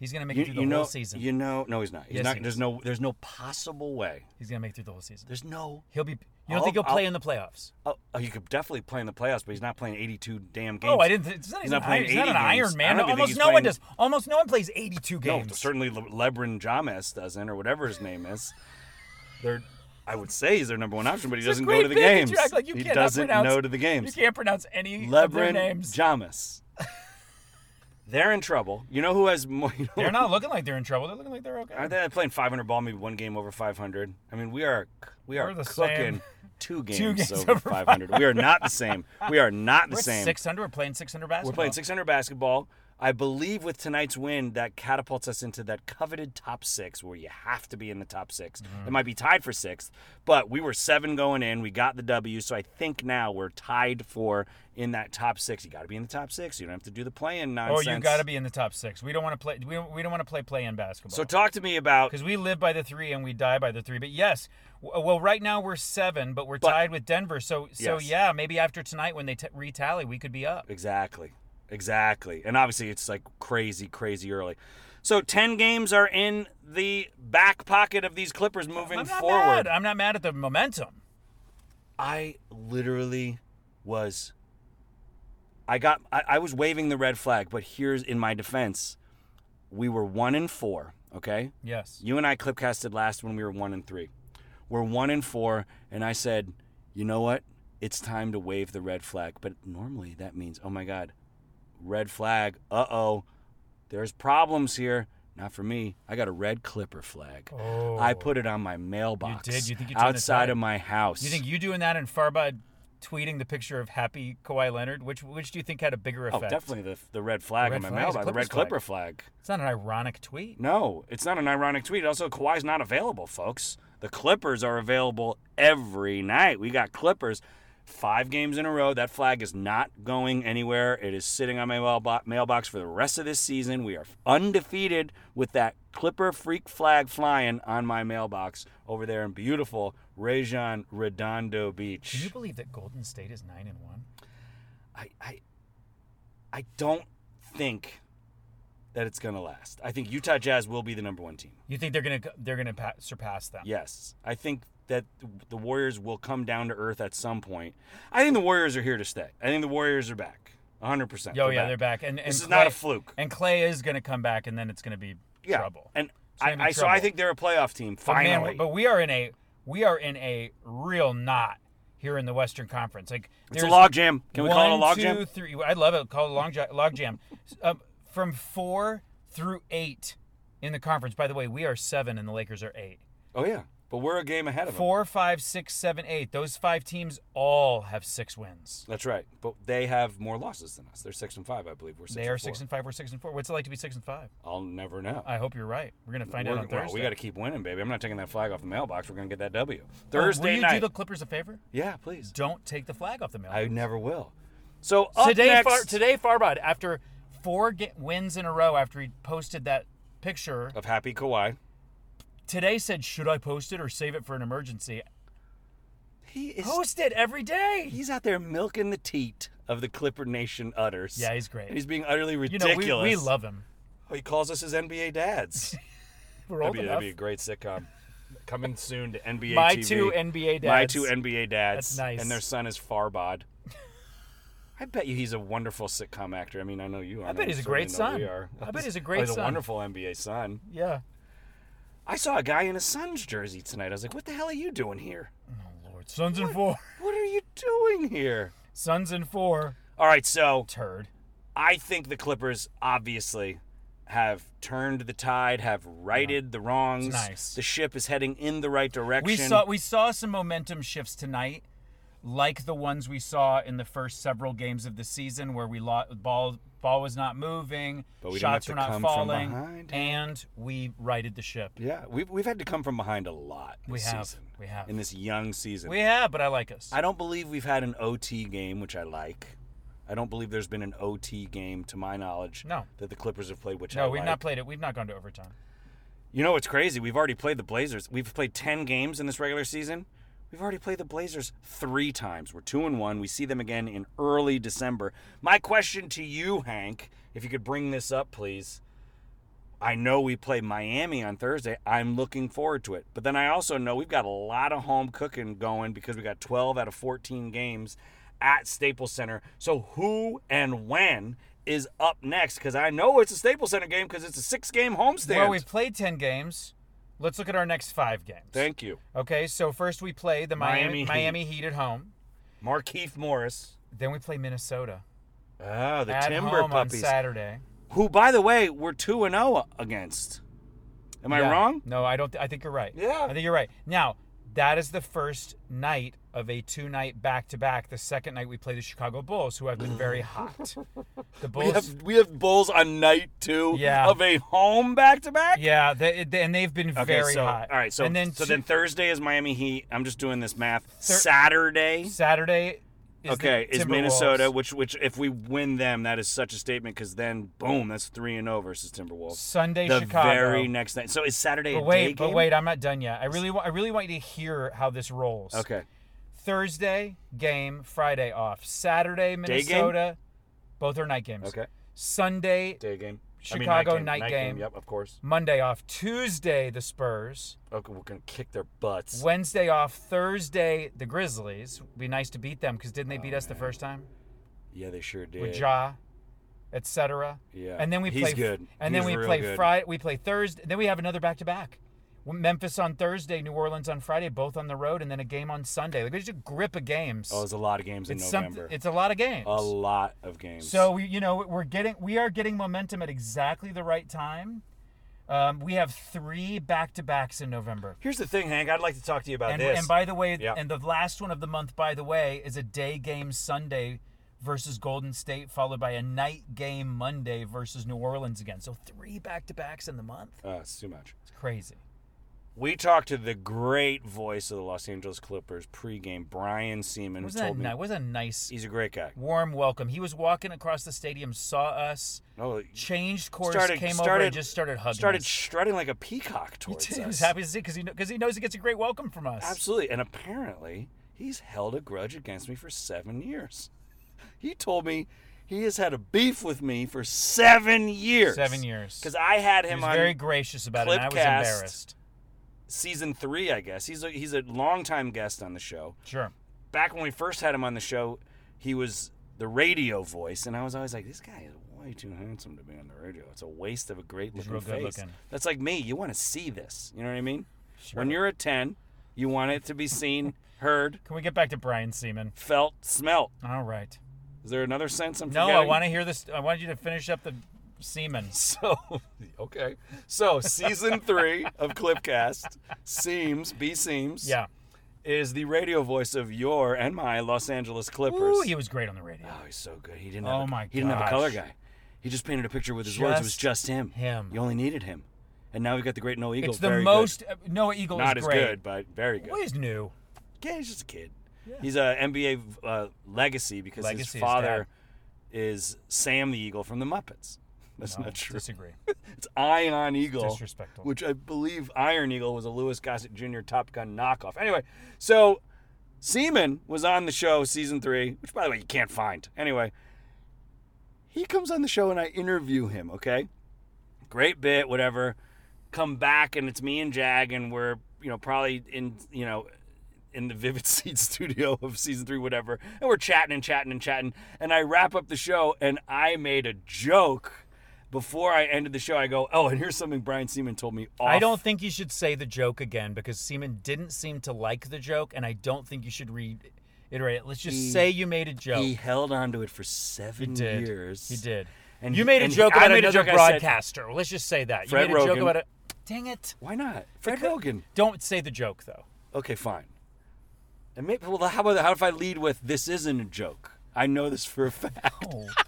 He's going to make You, it through the you know, whole season. you know, no, he's not. He's Yes, not. he there's is. no. There's no possible way. He's going to make it through the whole season. There's no. He'll be. You don't I'll- think he'll play I'll- in the playoffs? Oh, oh, you could definitely play in the playoffs, but he's not playing 82 damn games. Oh, I didn't. Think, it's not, he's He's not not, playing he's not 80 an games. Iron Man. I don't even think Almost he's no one playing- does. Almost no one plays 82 No, games. certainly Le- Lebron James doesn't, or whatever his name is. They're. I would say he's their number one option, but he It's a doesn't go great to the pick, games. and you act like you he cannot doesn't pronounce- know to the games. You can't pronounce any of their Lebron names. [laughs] James. They're in trouble. You know who has more? You know, They're not looking like they're in trouble. They're looking like they're okay. Aren't they playing 500 ball? Maybe one game over 500. I mean, we are we are We're the cooking same. two games, Two games over, over 500. we are not the same. We are not the We're same. 600. We're playing 600 basketball. We're playing 600 basketball. I believe with tonight's win, that catapults us into that coveted top six where you have to be in the top 6 Mm-hmm. It might be tied for sixth, but we were seven going in. We got the W. So I think now we're tied for in that top six. You got to be in the top six. You don't have to do the play in Oh, nonsense. you got to be in the top six. We don't want to play. We don't, we don't want to play play in basketball. So talk to me about because we live by the three and we die by the three. But yes, w- uh, well, right now we're seven, but we're But- tied with Denver. So so Yes. yeah, maybe after tonight when they t- retally, we could be up. Exactly. Exactly. And obviously it's like crazy, crazy early. So ten games are in the back pocket of these Clippers moving I'm not forward. mad. I'm not mad at the momentum. I literally was I got I, I was waving the red flag, but here's in my defense. We were one and four, okay? Yes. You and I clipcasted last when we were one and three. We're one and four, and I said, you know what? It's time to wave the red flag. But normally that means, oh my God, red flag. Uh oh, there's problems here. Not for me. I got a red clipper flag. Oh. I put it on my mailbox. did? You think you turned the outside tide? of my house? Do you think you doing that and Farba tweeting the picture of happy Kawhi Leonard, which which do you think had a bigger Oh, effect? definitely the, the red flag The on my red flag is a mailbox. The red clipper Clippers flag. It's not an ironic tweet. No, it's not an ironic tweet. Also, Kawhi's not available, folks. The Clippers are available every night. We got Clippers five games in a row. That flag is not going anywhere. It is sitting on my mailbo- mailbox for the rest of this season. We are undefeated with that Clipper freak flag flying on my mailbox over there in beautiful Rajon Redondo Beach. Can you believe that Golden State is nine and one? I, I, I don't think that it's going to last. I think Utah Jazz will be the number one team. You think they're gonna go- they're gonna pa- surpass them? Yes, I think that the Warriors will come down to earth at some point. I think the Warriors are here to stay. I think the Warriors are back, 100. percent Oh yeah, they're back. And, and This is Klay- not a fluke. And Clay is gonna come back, and then it's gonna be yeah, trouble. and gonna be I, I so I trouble. think they're a playoff team But man, finally. but we are in a we are in a real knot here in the Western Conference. Like it's a there's log jam. Can we call it a one, log two, jam? three- I love it. Call it a long jam. Log jam. Um, from four through eight in the conference. By the way, we are seven, and the Lakers are eight. Oh yeah, but we're a game ahead of them. Four, five, six, seven, eight. Those five teams all have six wins. That's right, but they have more losses than us. They're six and five, I believe. We're six. they and are four. six and five. We're six and four. What's it like to be six and five? I'll never know. I hope you're right. We're gonna find We're- out on well, Thursday. we got to keep winning, baby. I'm not taking that flag off the mailbox. We're gonna get that W. Oh, Thursday Will you night. do the Clippers a favor? yeah, please. Don't take the flag off the mail. I never will. So up today, next, Far, today Farbod, after four ga- wins in a row, after he posted that picture, of Happy Kawhi. today said, "Should I post it or save it for an emergency?" He is Post it every day. he's out there milking the teat of the Clipper Nation udders. Yeah, he's great. And he's being utterly You know, ridiculous. we, we love him. Oh, he calls us his NBA dads. We're that'd, old be, that'd enough. be a great sitcom. Coming soon to NBA My TV. two NBA dads. My two NBA dads. That's nice. And their son is Farbod. [laughs] I bet you he's a wonderful sitcom actor. I mean, I know you are. I bet he's a great son. I bet [laughs] he's a great Oh, he's a son. wonderful NBA son. Yeah. I saw a guy in a Suns jersey tonight. I was like, "What the hell are you doing here? Oh Lord, sons and four. What are you doing here?" Sons and four. All right, so Turd. I think the Clippers obviously have turned the tide, have righted the wrongs. It's nice. The ship is heading in the right direction. We saw we saw some momentum shifts tonight, like the ones we saw in the first several games of the season, where we lo- ball ball was not moving, But we didn't shots have were to not come from falling, behind. and we righted the ship. yeah, we've we've had to come from behind a lot. This We have. season, We have. in this young season. We have, but I like us. I don't believe we've had an OT game, which I like. I don't believe there's been an OT game, to my knowledge, No. that the Clippers have played, which I no, we've like. not played it. We've not gone to overtime. You know what's crazy? We've already played the Blazers. We've played 10 games in this regular season. We've already played the Blazers three times. We're two and one. We see them again in early December. My question to you, Hank, if you could bring this up, please. I know we play Miami on Thursday. I'm looking forward to it. But then I also know we've got a lot of home cooking going because we got 12 out of 14 games at Staples Center. So who and when is up next? Because I know it's a Staples Center game because it's a six game homestand. Well, we've played ten games. Let's look at our next five games. Thank you. Okay, so first we play the Miami Miami Heat. Miami Heat at home. Markeith Morris. Then we play Minnesota Oh, the at Timber home Puppies. on Saturday. Who, by the way, we're 2 and 0 against. Am I Yeah. wrong? No, I don't. Th- I think you're right. Yeah. I think you're right. Now, That is the first night of a two night back to back. The second night we play the Chicago Bulls, who have been [laughs] very hot. The Bulls. We have we have Bulls on night two Yeah. of a home back to back. yeah, they, they- and they've been Okay, very so hot. all right, so and then, so two- then Thursday is Miami Heat. I'm just doing this math. Saturday, Saturday. Is the okay, is Timberwolves. Minnesota, which which if we win them, that is such a statement because then boom, that's three and zero versus Timberwolves. Sunday, the Chicago. very next night. So is Saturday but a day wait, but game? wait, I'm not done yet. I really, wa- I really want you to hear how this rolls. Okay, Thursday game, Friday off. Saturday Day game? Minnesota, both are night games. okay, Sunday, day game. I mean, Chicago night game. Yep, of course. Monday off. Tuesday the Spurs. Okay, we're gonna kick their butts. Wednesday off. Thursday the Grizzlies. Be nice to beat them because didn't they beat us the first time yeah, they sure Oh, did. with Ja, etc. Yeah. And then we He's play. good. And then He's we real play good. Friday. We play Thursday. Then we have another back to back. Memphis on Thursday, New Orleans on Friday, both on the road, and then a game on Sunday. Like there's a grip of games. Oh, there's a lot of games in it's November. It's a lot of games. a lot of games. So we, you know, we're getting we are getting momentum at exactly the right time. Um, we have three back to backs in November. here's the thing, Hank. I'd like to talk to you about And, this. and by the way, Yeah. and the last one of the month, by the way, is a day game Sunday versus Golden State, followed by a night game Monday versus New Orleans again. So three back to backs in the month. uh, it's too much. It's crazy. We talked to the great voice of the Los Angeles Clippers pregame, Brian Seaman, who Wasn't that told me nice? Was a nice, he's a great guy. warm welcome. He was walking across the stadium, saw us, No, changed course, Oh, started- came over, started- and just started hugging. started us. strutting like a [laughs] peacock He towards did. He us. was happy to see because he because he knows he gets a great welcome from us. Absolutely, and apparently he's held a grudge against me for seven years. He told me he has had a beef with me for seven years. Seven years. Because I had He him was on very gracious about it. and I was Clipcast. embarrassed. season three, I guess. He's a, he's a longtime guest on the show. Sure. back when we first had him on the show, he was the radio voice, and I was always like, this guy is way too handsome to be on the radio. It's a waste of a great He's looking real good face. looking. That's like me. You want to see this. You know what I mean? When you're a 10, you want it to be seen, heard, Can we get back to Brian Seaman? felt, smelt. All right. Is there another sense I'm No, forgetting? I want to hear this. I want you to finish up the Seaman. [laughs] So okay, [laughs] so season three of Clipcast, Seams, B Seams, Yeah. is the radio voice of your and my Los Angeles Clippers. Ooh, he was great on the radio. Oh, he's so good. He didn't. Oh have a, my He didn't have a color gosh. guy. He just painted a picture with his words. It was Just just him. him. You only needed him, and now we've got the great Noel Eagle. it's the very good. most. uh, Noah Eagle Not is as great. good, but very good. Well, he's new. Yeah, he's just a kid. He's a NBA uh, legacy because Legacy, his his father is Sam the Eagle from the Muppets. [laughs] That's No, not true. Disagree. It's Ion Eagle, disrespectful. which I believe Iron Eagle was a Lewis Gossett Jr. Top Gun knockoff. Anyway, so Seaman was on the show season three, which by the way you can't find. Anyway, he comes on the show and I interview him. Okay, great bit, whatever. Come back and it's me and Jag and we're you know probably in you know in the Vivid [laughs] Seed studio of season three, whatever. And we're chatting and chatting and chatting. And I wrap up the show and I made a joke before I ended the show. I go, oh, and here's something Brian Seaman told me off. I don't think you should say the joke again because Seaman didn't seem to like the joke, and I don't think you should reiterate it. Let's just He- say you made a joke. He held on to it for seven He did. years. He did. And you he- made a and he- joke I about made a another joke, I said- broadcaster. Let's just say that. Fred you made a Rogen. joke about it. Dang it. Why not? Fred Rogan. Don't say the joke though. Okay, fine. And maybe, well, how about how if I lead with this isn't a joke? I know this for a fact. [laughs]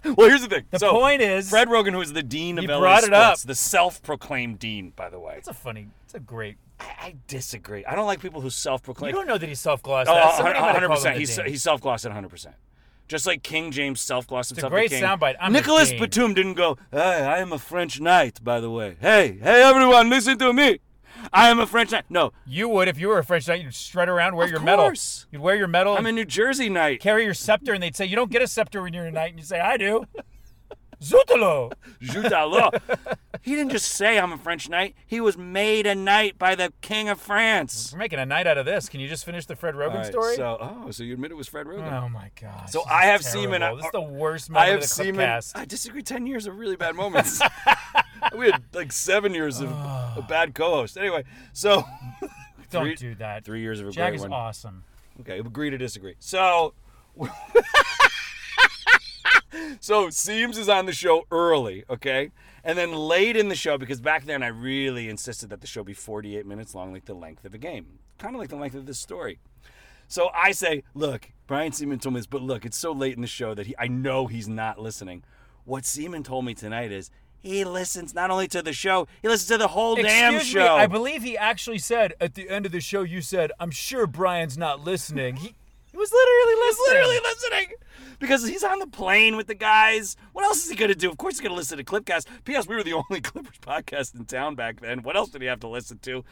well, here's the thing. The So, point is Fred Rogan, who is the dean of You LA brought it up. Sports, the self-proclaimed dean, by the way. It's a funny. It's a great. I, I disagree. I don't like people who self-proclaim. You don't know that he's self-glossed. Oh, that. a hun- [laughs] Somebody might have called him 100%. the He's, dean. he's self-glossed at 100%. Just like King James self-glossed himself. to great King. soundbite. I'm the Nicholas king. Batum didn't go, hey, I am a French knight, by the way. Hey, hey, everyone, listen to me. I am a French knight. No, You would if you were a French knight. You'd strut around, wear Of your medal. course. You'd wear your medal. I'm a and New Jersey knight. carry your scepter, and they'd say you don't get a scepter when you're a knight, and you say I do. [laughs] Zutalo. Jutala. [laughs] he didn't just say I'm a French knight. He was made a knight by the King of France. We're making a night out of this. Can you just finish the Fred Rogan All right, story? So, oh, so you admit it was Fred Rogan. oh my gosh. So this I is have Seaman- terrible. This is the worst moment I have of the seen. Clipcast. I disagree. Ten years of really bad moments. [laughs] we had like seven years [sighs] of a bad co-host. Anyway, so Don't Three- do that. three years of a Jag great is one. awesome. Okay, agree to disagree. So [laughs] So Seams is on the show early, okay? And then late in the show, because back then I really insisted that the show be 48 minutes long, like the length of a game, kind of like the length of this story. So I say, look, Brian Seaman told me this, but look, it's so late in the show that he, I know he's not listening. What Seaman told me tonight is he listens not only to the show, he listens to the whole damn Excuse show. me, I believe he actually said at the end of the show, you said, I'm sure Brian's not listening. He, he was literally He's listening. literally listening because he's on the plane with the guys. What else is he going to do? Of course, he's going to listen to Clipcast. P.S. We were the [laughs] only Clippers podcast in town back then. What else did he have to listen to?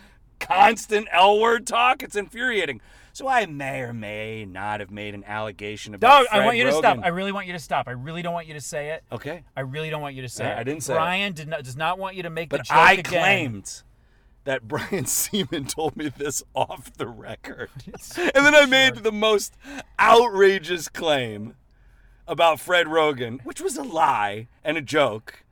Constant L word talk. It's infuriating. So I may or may not have made an allegation about. Dog, I Fred want you to Rogan. stop. I really want you to stop. I really don't want you to say it. okay, I really don't want you to say I- it. I didn't say it. Brian did not, does not want you to make the but joke I again. claimed that [laughs] Brian Seaman told me this off [laughs] the record. and then I made the most outrageous claim about Fred Rogan, which was a lie and a joke.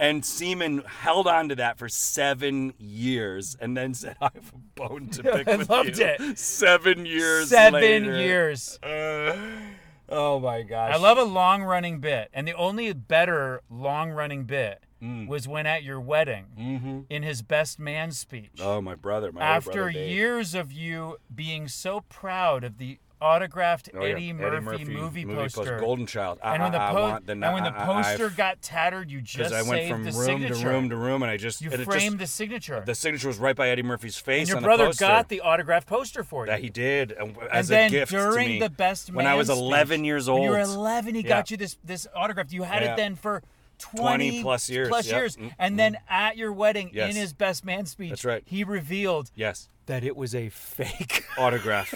And Seaman held on to that for seven years and then said, I have a bone to [laughs] pick I with loved you." it. Seven years Seven later. years. Uh, [sighs] oh my gosh. I love a long running bit. And the only better long running bit Mm. was when at your wedding in his best man speech. Mm-hmm. Oh, my brother. My older after brother, Dave. years of you being so proud of the autographed Oh, yeah. Eddie, Murphy movie, poster. Golden Child. I, and when the, I- I po- want the, and when the I- I- I've- poster got tattered, you because just I went saved from the room signature. to room to room, and I just you and it just- framed the signature. the signature was right by Eddie Murphy's and face. your on brother the poster. got the autographed poster for you. that he did and, as and a then gift during to me the best man when I was speech, 11 years old. When you were 11, he Yeah. got you this this autograph. You had Yeah. it then for 20 20, plus years, plus yep. years. Mm, And then at your wedding, Yes. in his best man speech, That's right. he revealed yes, that it was a fake. [laughs] autograph.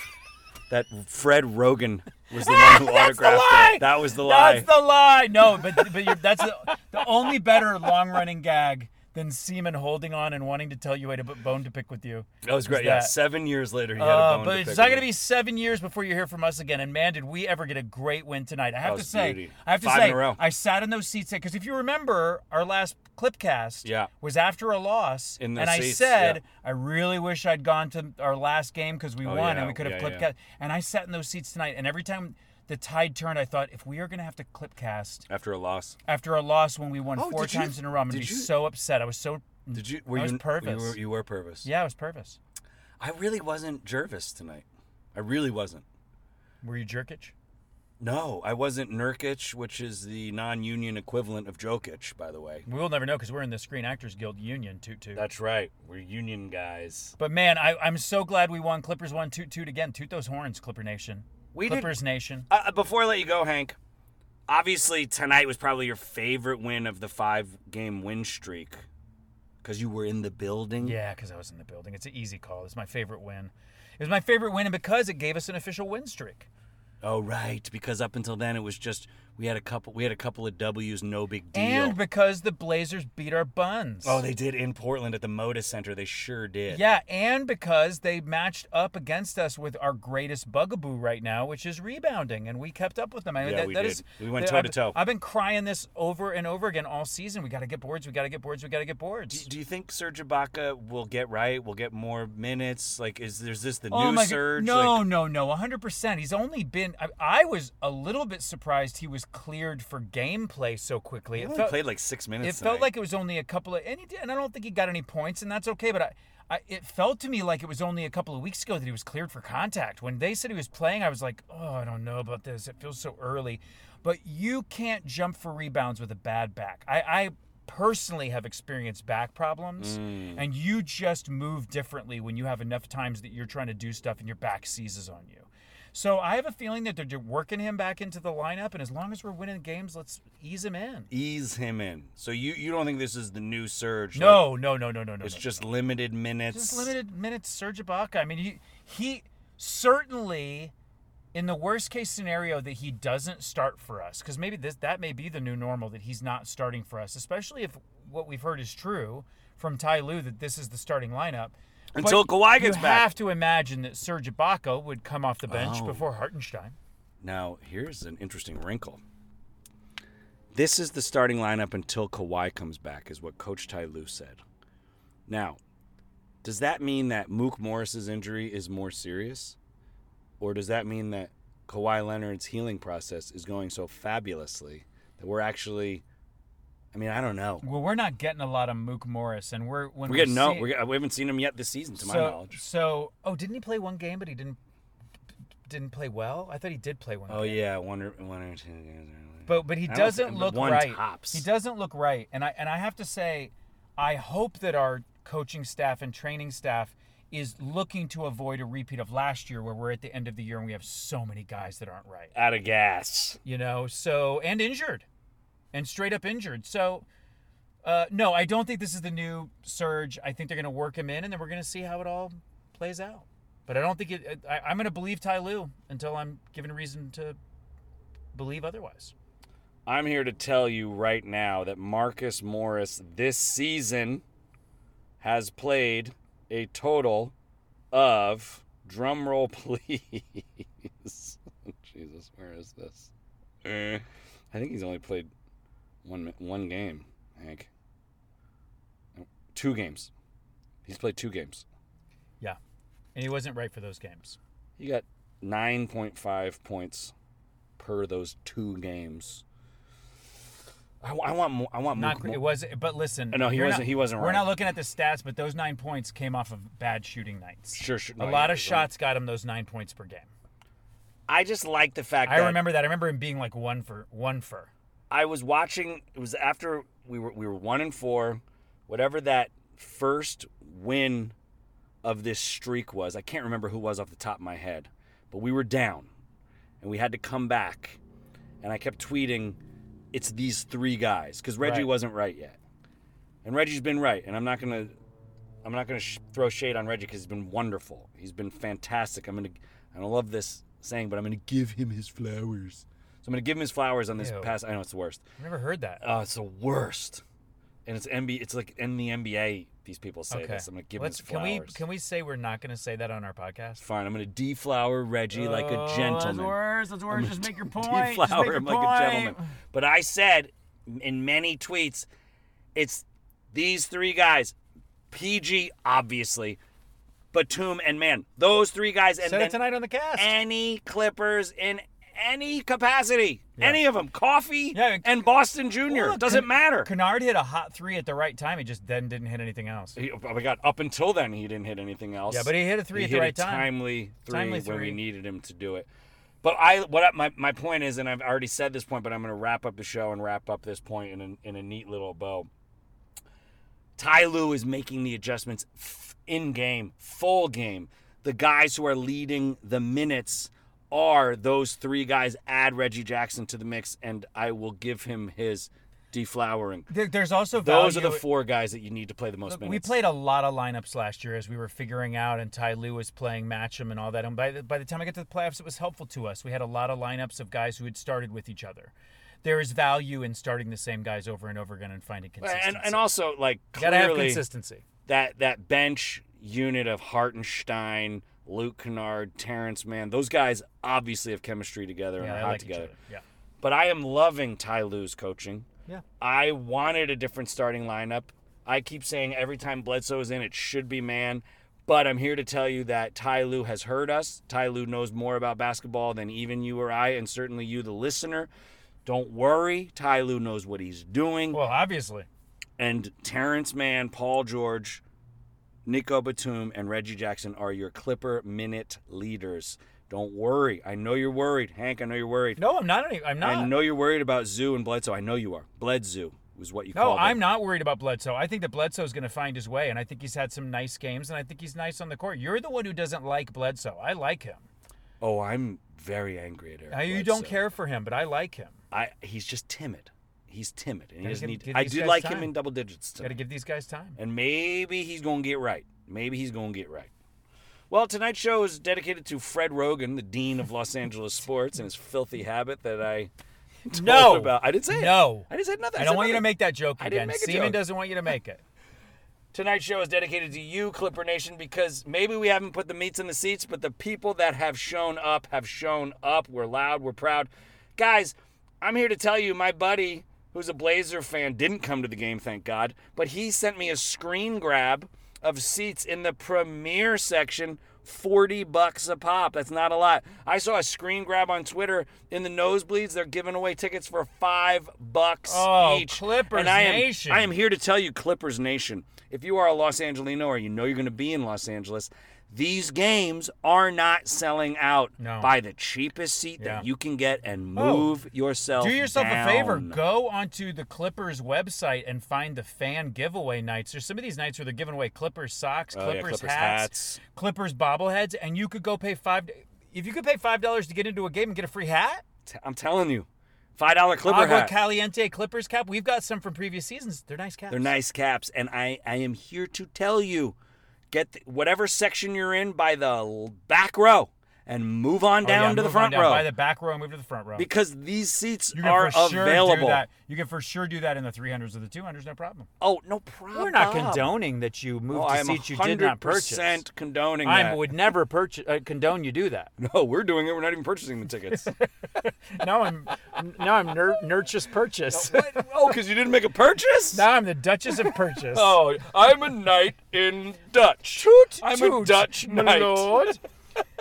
that Fred Rogan [laughs] was the one who That's the autographed lie. it. That was the lie. That's the lie. No, but but you're, that's the, the only better long running gag than Seaman holding on and wanting to tell you I had a b- bone to pick with you. that was great. Is Yeah, that- seven years later he had a Uh, bone but to it's pick not with going to me. be seven years before you hear from us again. And man, did we ever get a great win tonight! I have to was say, beauty. I have to Five in say, a row. I sat in those seats because if you remember, our last clipcast Yeah. was after a loss, In the and seats, I yeah. Oh, said I really wish I'd gone to our last game because we won yeah, and we could have yeah, clipcast. yeah. And I sat in those seats tonight, and every time the tide turned, I thought if we are going to have to clipcast after a loss. after a loss when we won Oh, four did you- times in a row, I'm going to did be you- so upset. I was so Did you? Were I you? was you Purvis. were- You were Purvis. yeah, I was Purvis. I really wasn't Jervis tonight. I really wasn't. Were you Jerkic? No, I wasn't Nurkic, which is the non-union equivalent of Jokic, by the way. We will never know because we're in the Screen Actors Guild union toot toot. That's right. We're union guys. But man, I, I'm so glad we won. Clippers won toot toot again. Toot those horns, Clipper Nation. We did- Clippers Nation. Uh, before I let you go, Hank, obviously tonight was probably your favorite win of the five-game win streak because you were in the building. Yeah, because I was in the building. It's an easy call. It's my favorite win. It was my favorite win, and because it gave us an official win streak. Oh, right. Because up until then, it was just we had a couple. We had a couple of W's, no big deal. And because the Blazers beat our buns. oh, they did in Portland at the Moda Center. They sure did. Yeah, and because they matched up against us with our greatest bugaboo right now, which is rebounding, and we kept up with them. I mean, Yeah, that, we that did. is- We went that- toe I've- to toe. I've been crying this over and over again all season. We got to get boards. We got to get boards. We got to get boards. Do, do you think Serge Ibaka will get right? Will get more minutes? Like, is there's this the new go- Serge? Oh No, Like, no, no, 100%. He's only been. I, I was a little bit surprised he was cleared for gameplay so quickly. he It only felt, played like six it minutes. felt tonight. like it was only a couple of. And, he did, and I don't think he got any points, and that's okay, but I. I, it felt to me like it was only a couple of weeks ago that he was cleared for contact. When they said he was playing, I was like, "Oh, I don't know about this. It feels so early." But you can't jump for rebounds with a bad back. I, I personally have experienced back problems, Mm. and you just move differently when you have enough times that you're trying to do stuff and your back seizes on you. So I have a feeling that they're working him back into the lineup, and as long as we're winning games, let's ease him in. ease him in. So you you don't think this is the new Serge? like, No, no, no, no, no, no. It's no. just limited minutes. just limited minutes. Serge Ibaka. I mean, he he certainly, in the worst case scenario, that he doesn't start for us, because maybe this that may be the new normal that he's not starting for us, especially if what we've heard is true from Ty Lue that this is the starting lineup. But Until Kawhi gets you back. have to imagine that Serge Ibaka would come off the bench Oh. before Hartenstein. Now, here's an interesting wrinkle. This is the starting lineup until Kawhi comes back, is what Coach Ty Lue said. Now, does that mean that Mook Morris's injury is more serious? Or does that mean that Kawhi Leonard's healing process is going so fabulously that we're actually. I mean, I don't know. Well, we're not getting a lot of Mook Morris, and we're when We get no. see- We, get- we haven't seen him yet this season, to my so, knowledge. So, oh, didn't he play one game? But he didn't didn't play well. I thought he did play one. Oh game. yeah, one or one or two games. early. But but he I don't doesn't think- look one right. tops. He doesn't look right, and I and I have to say, I hope that our coaching staff and training staff is looking to avoid a repeat of last year, where we're at the end of the year and we have so many guys that aren't right. out of gas. You know, so and injured, and straight up injured. So. Uh, no, I don't think this is the new surge. I think they're going to work him in, and then we're going to see how it all plays out. But I don't think it. I, I'm going to believe Ty Lue until I'm given reason to believe otherwise. I'm here to tell you right now that Marcus Morris this season has played a total of drum roll [laughs] please. Jesus, where is this? Eh. Uh, I think he's only played one mi- one game, Hank. No, Two games. He's played two games. Yeah. And he wasn't right for those games. He got 9.5 points per those two games. I, w- I want more. I want Not Mook cr- Mo- it was but listen. No, he we're wasn't- not- he wasn't We're right. not looking at the stats, but those 9 points came off of bad shooting nights. Sure, sure. A No, lot yeah, of so- shots got him those 9 points per game. I just like the fact I that remember that. I remember him being like 1 for 1 for. I was watching. It was after we were we were one and four, whatever that first win of this streak was. I can't remember who was off the top of my head, but we were down, and we had to come back. And I kept tweeting, "It's these three guys," because Reggie Right. wasn't right yet, and Reggie's been right. And I'm not gonna, I'm not gonna sh- throw shade on Reggie because he's been wonderful. He's been fantastic. I'm gonna, I don't love this saying, but I'm gonna give him his flowers. So I'm gonna give him his flowers on this Ew. pass. I know it's the worst. I never heard that. Oh, it's the worst. And it's NBA. It's like in the NBA, these people say this. I'm gonna give Let's, him his can we flowers. can we say we're not going to say that on our podcast? Fine. I'm gonna deflower Reggie like Oh, a gentleman. That's worse. That's worse. [laughs] Just [laughs] make your point. Just make Deflower your him like point. a gentleman. But I said in many tweets, it's these three guys, PG obviously, Batum and Man. Those three guys and Said then it tonight on the cast. any Clippers in any capacity, any of them, Coffee Yeah, and- and Boston Junior. Well, Doesn't Ken- matter. Kennard hit a hot three at the right time. He just then didn't hit anything else. He, oh my God! Up until then, he didn't hit anything else. Yeah, but he hit a three at the hit right a time. Timely three Timely when we three. needed him to do it. But I, what I, my my point is, and I've already said this point, but I'm going to wrap up the show and wrap up this point in a, in a neat little bow. Ty Lue is making the adjustments f- in game, full game. The guys who are leading the minutes are those three guys. Add Reggie Jackson to the mix, and I will give him his deflowering. There, there's also Those are value- the four guys that you need to play the most Look, we minutes. played a lot of lineups last year as we were figuring out, and Ty Lue was playing Matcham and all that. And by the, by the time I got to the playoffs, it was helpful to us. We had a lot of lineups of guys who had started with each other. There is value in starting the same guys over and over again and finding consistency. and, and also like You gotta have clearly consistency. that that bench unit of Hartenstein, Luke Kennard, Terrence Mann, those guys obviously have chemistry together and Yeah, are they hot like together. each other. Yeah, But I am loving Ty Lue's coaching. yeah. I wanted a different starting lineup. I keep saying every time Bledsoe is in, it should be man. But I'm here to tell you that Ty Lue has heard us. Ty Lue knows more about basketball than even you or I, and certainly you, the listener. Don't worry. Ty Lue knows what he's doing Well, obviously, and Terrence Mann, Paul George, Nico Batum, and Reggie Jackson are your Clipper minute leaders. Don't worry. I know you're worried, Hank. I know you're worried. no, I'm not. any- I'm not. I know you're worried about Zoo and Bledsoe. I know you are. Bledsoe was what you No, called. I'm not worried about Bledsoe. I think that Bledsoe's going to find his way, and I think he's had some nice games, and I think he's nice on the court. You're the one who doesn't like Bledsoe. I like him. Oh, I'm very angry at Eric. Now, you don't Bledsoe. care for him, but I like him. I. He's just timid. He's timid, and he Gotta doesn't give- need. give I these did guys like him time. in double digits. Got to tonight. give these guys time. and maybe he's gonna get right. Maybe he's gonna get right. Well, tonight's show is dedicated to Fred Rogan, the dean of Los Angeles sports, and his filthy habit that I [laughs] told No. about. I didn't say it. No. I didn't say nothing. I don't said want you to nothing. make that joke I didn't again. make a Seaman joke. doesn't want you to make it. Tonight's show is dedicated to you, Clipper Nation, because maybe we haven't put the meats in the seats, but the people that have shown up have shown up. We're loud, we're proud. Guys, I'm here to tell you my buddy, who's a Blazer fan, didn't come to the game, thank God, but he sent me a screen grab of seats in the premiere section 40 bucks a pop. That's not a lot. I saw a screen grab on Twitter in the nosebleeds. They're giving away tickets for five bucks Oh, each. Clippers and I am, Nation. I am here to tell you, Clippers Nation, if you are a Los Angelino or you know you're going to be in Los Angeles, these games are not selling out. No. Buy the cheapest seat Yeah. that you can get and Oh. move yourself. Do yourself down. a favor. Go onto the Clippers website and find the fan giveaway nights. There's some of these nights where they're giving away Clippers socks, Oh, yeah, Clippers, Clippers hats, hats. Clippers bobbleheads, and you could go pay five. If you could pay five dollars to get into a game and get a free hat, T- I'm telling you, five dollar Clipper Agua hat. Caliente Clippers cap. We've got some from previous seasons. They're nice caps. They're nice caps, and I I am here to tell you, get the, whatever section you're in by the l- back row and move on Oh, down yeah, to the move on front down row By the back row, and move to the front row. because these seats you can are for sure Do available. that. You can for sure do that in the 300s or the 200s, no problem. Oh no problem. We're not condoning that you moved Oh, to I'm seats you did not purchase. 100% condoning I that. would never purchase uh, condone you do that. [laughs] No, we're doing it. We're not even purchasing the tickets. [laughs] Now I'm now I'm nur- nurture's purchase. What? Oh, because you didn't make a [laughs] purchase? now I'm the Duchess of Purchase. Oh, I'm a knight in Dutch. toot, I'm a toot, Dutch my knight. lord. [laughs]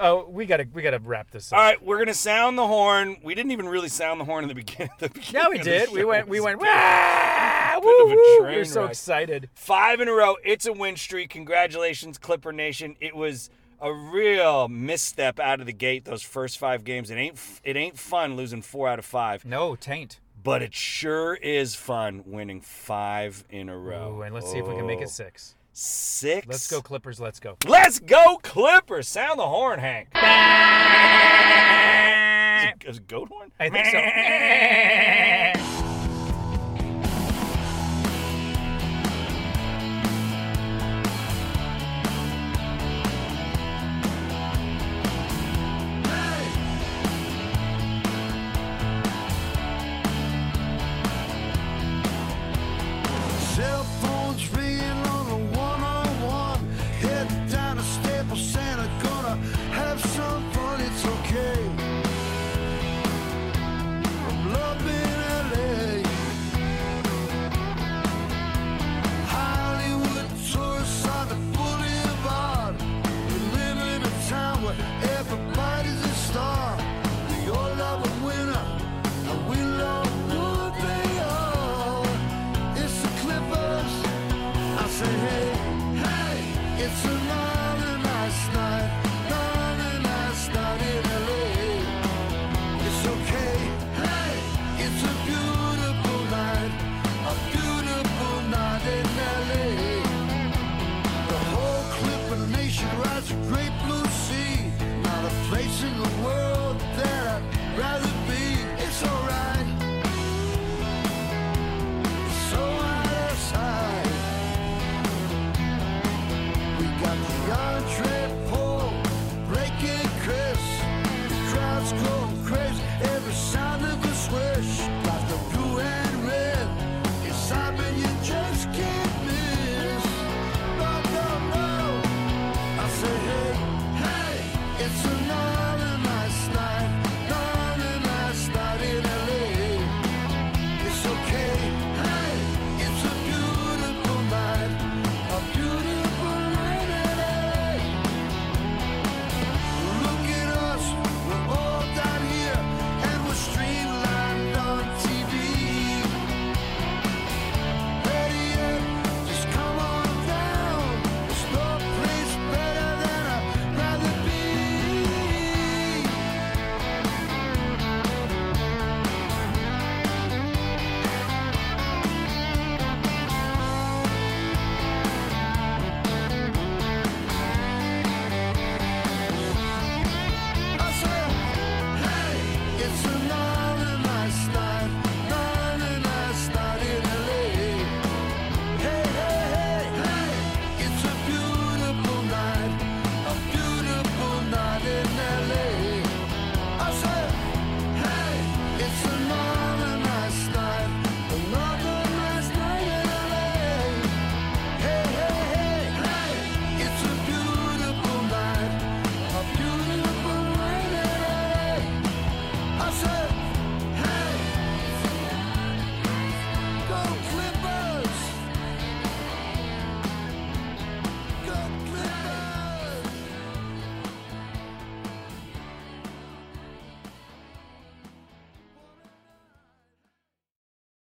oh, we gotta we gotta wrap this up. All right, we're gonna sound the horn. We didn't even really sound the horn in the beginning. [laughs] The beginning Yeah, we of the did. We show. went we It's went. been "Wah!" a bit of a Woo-woo. We train We're so wreck. excited. Five in a row. It's a win streak. Congratulations, Clipper Nation. It was a real misstep out of the gate. Those first five games. It ain't. f- It ain't fun losing four out of five, No taint. but it sure is fun winning five in a row. Ooh, and let's see if we can make Oh. it six. six. Let's go Clippers. Let's go. Let's go Clippers! Sound the horn, Hank. Is it, is it goat horn? I think so.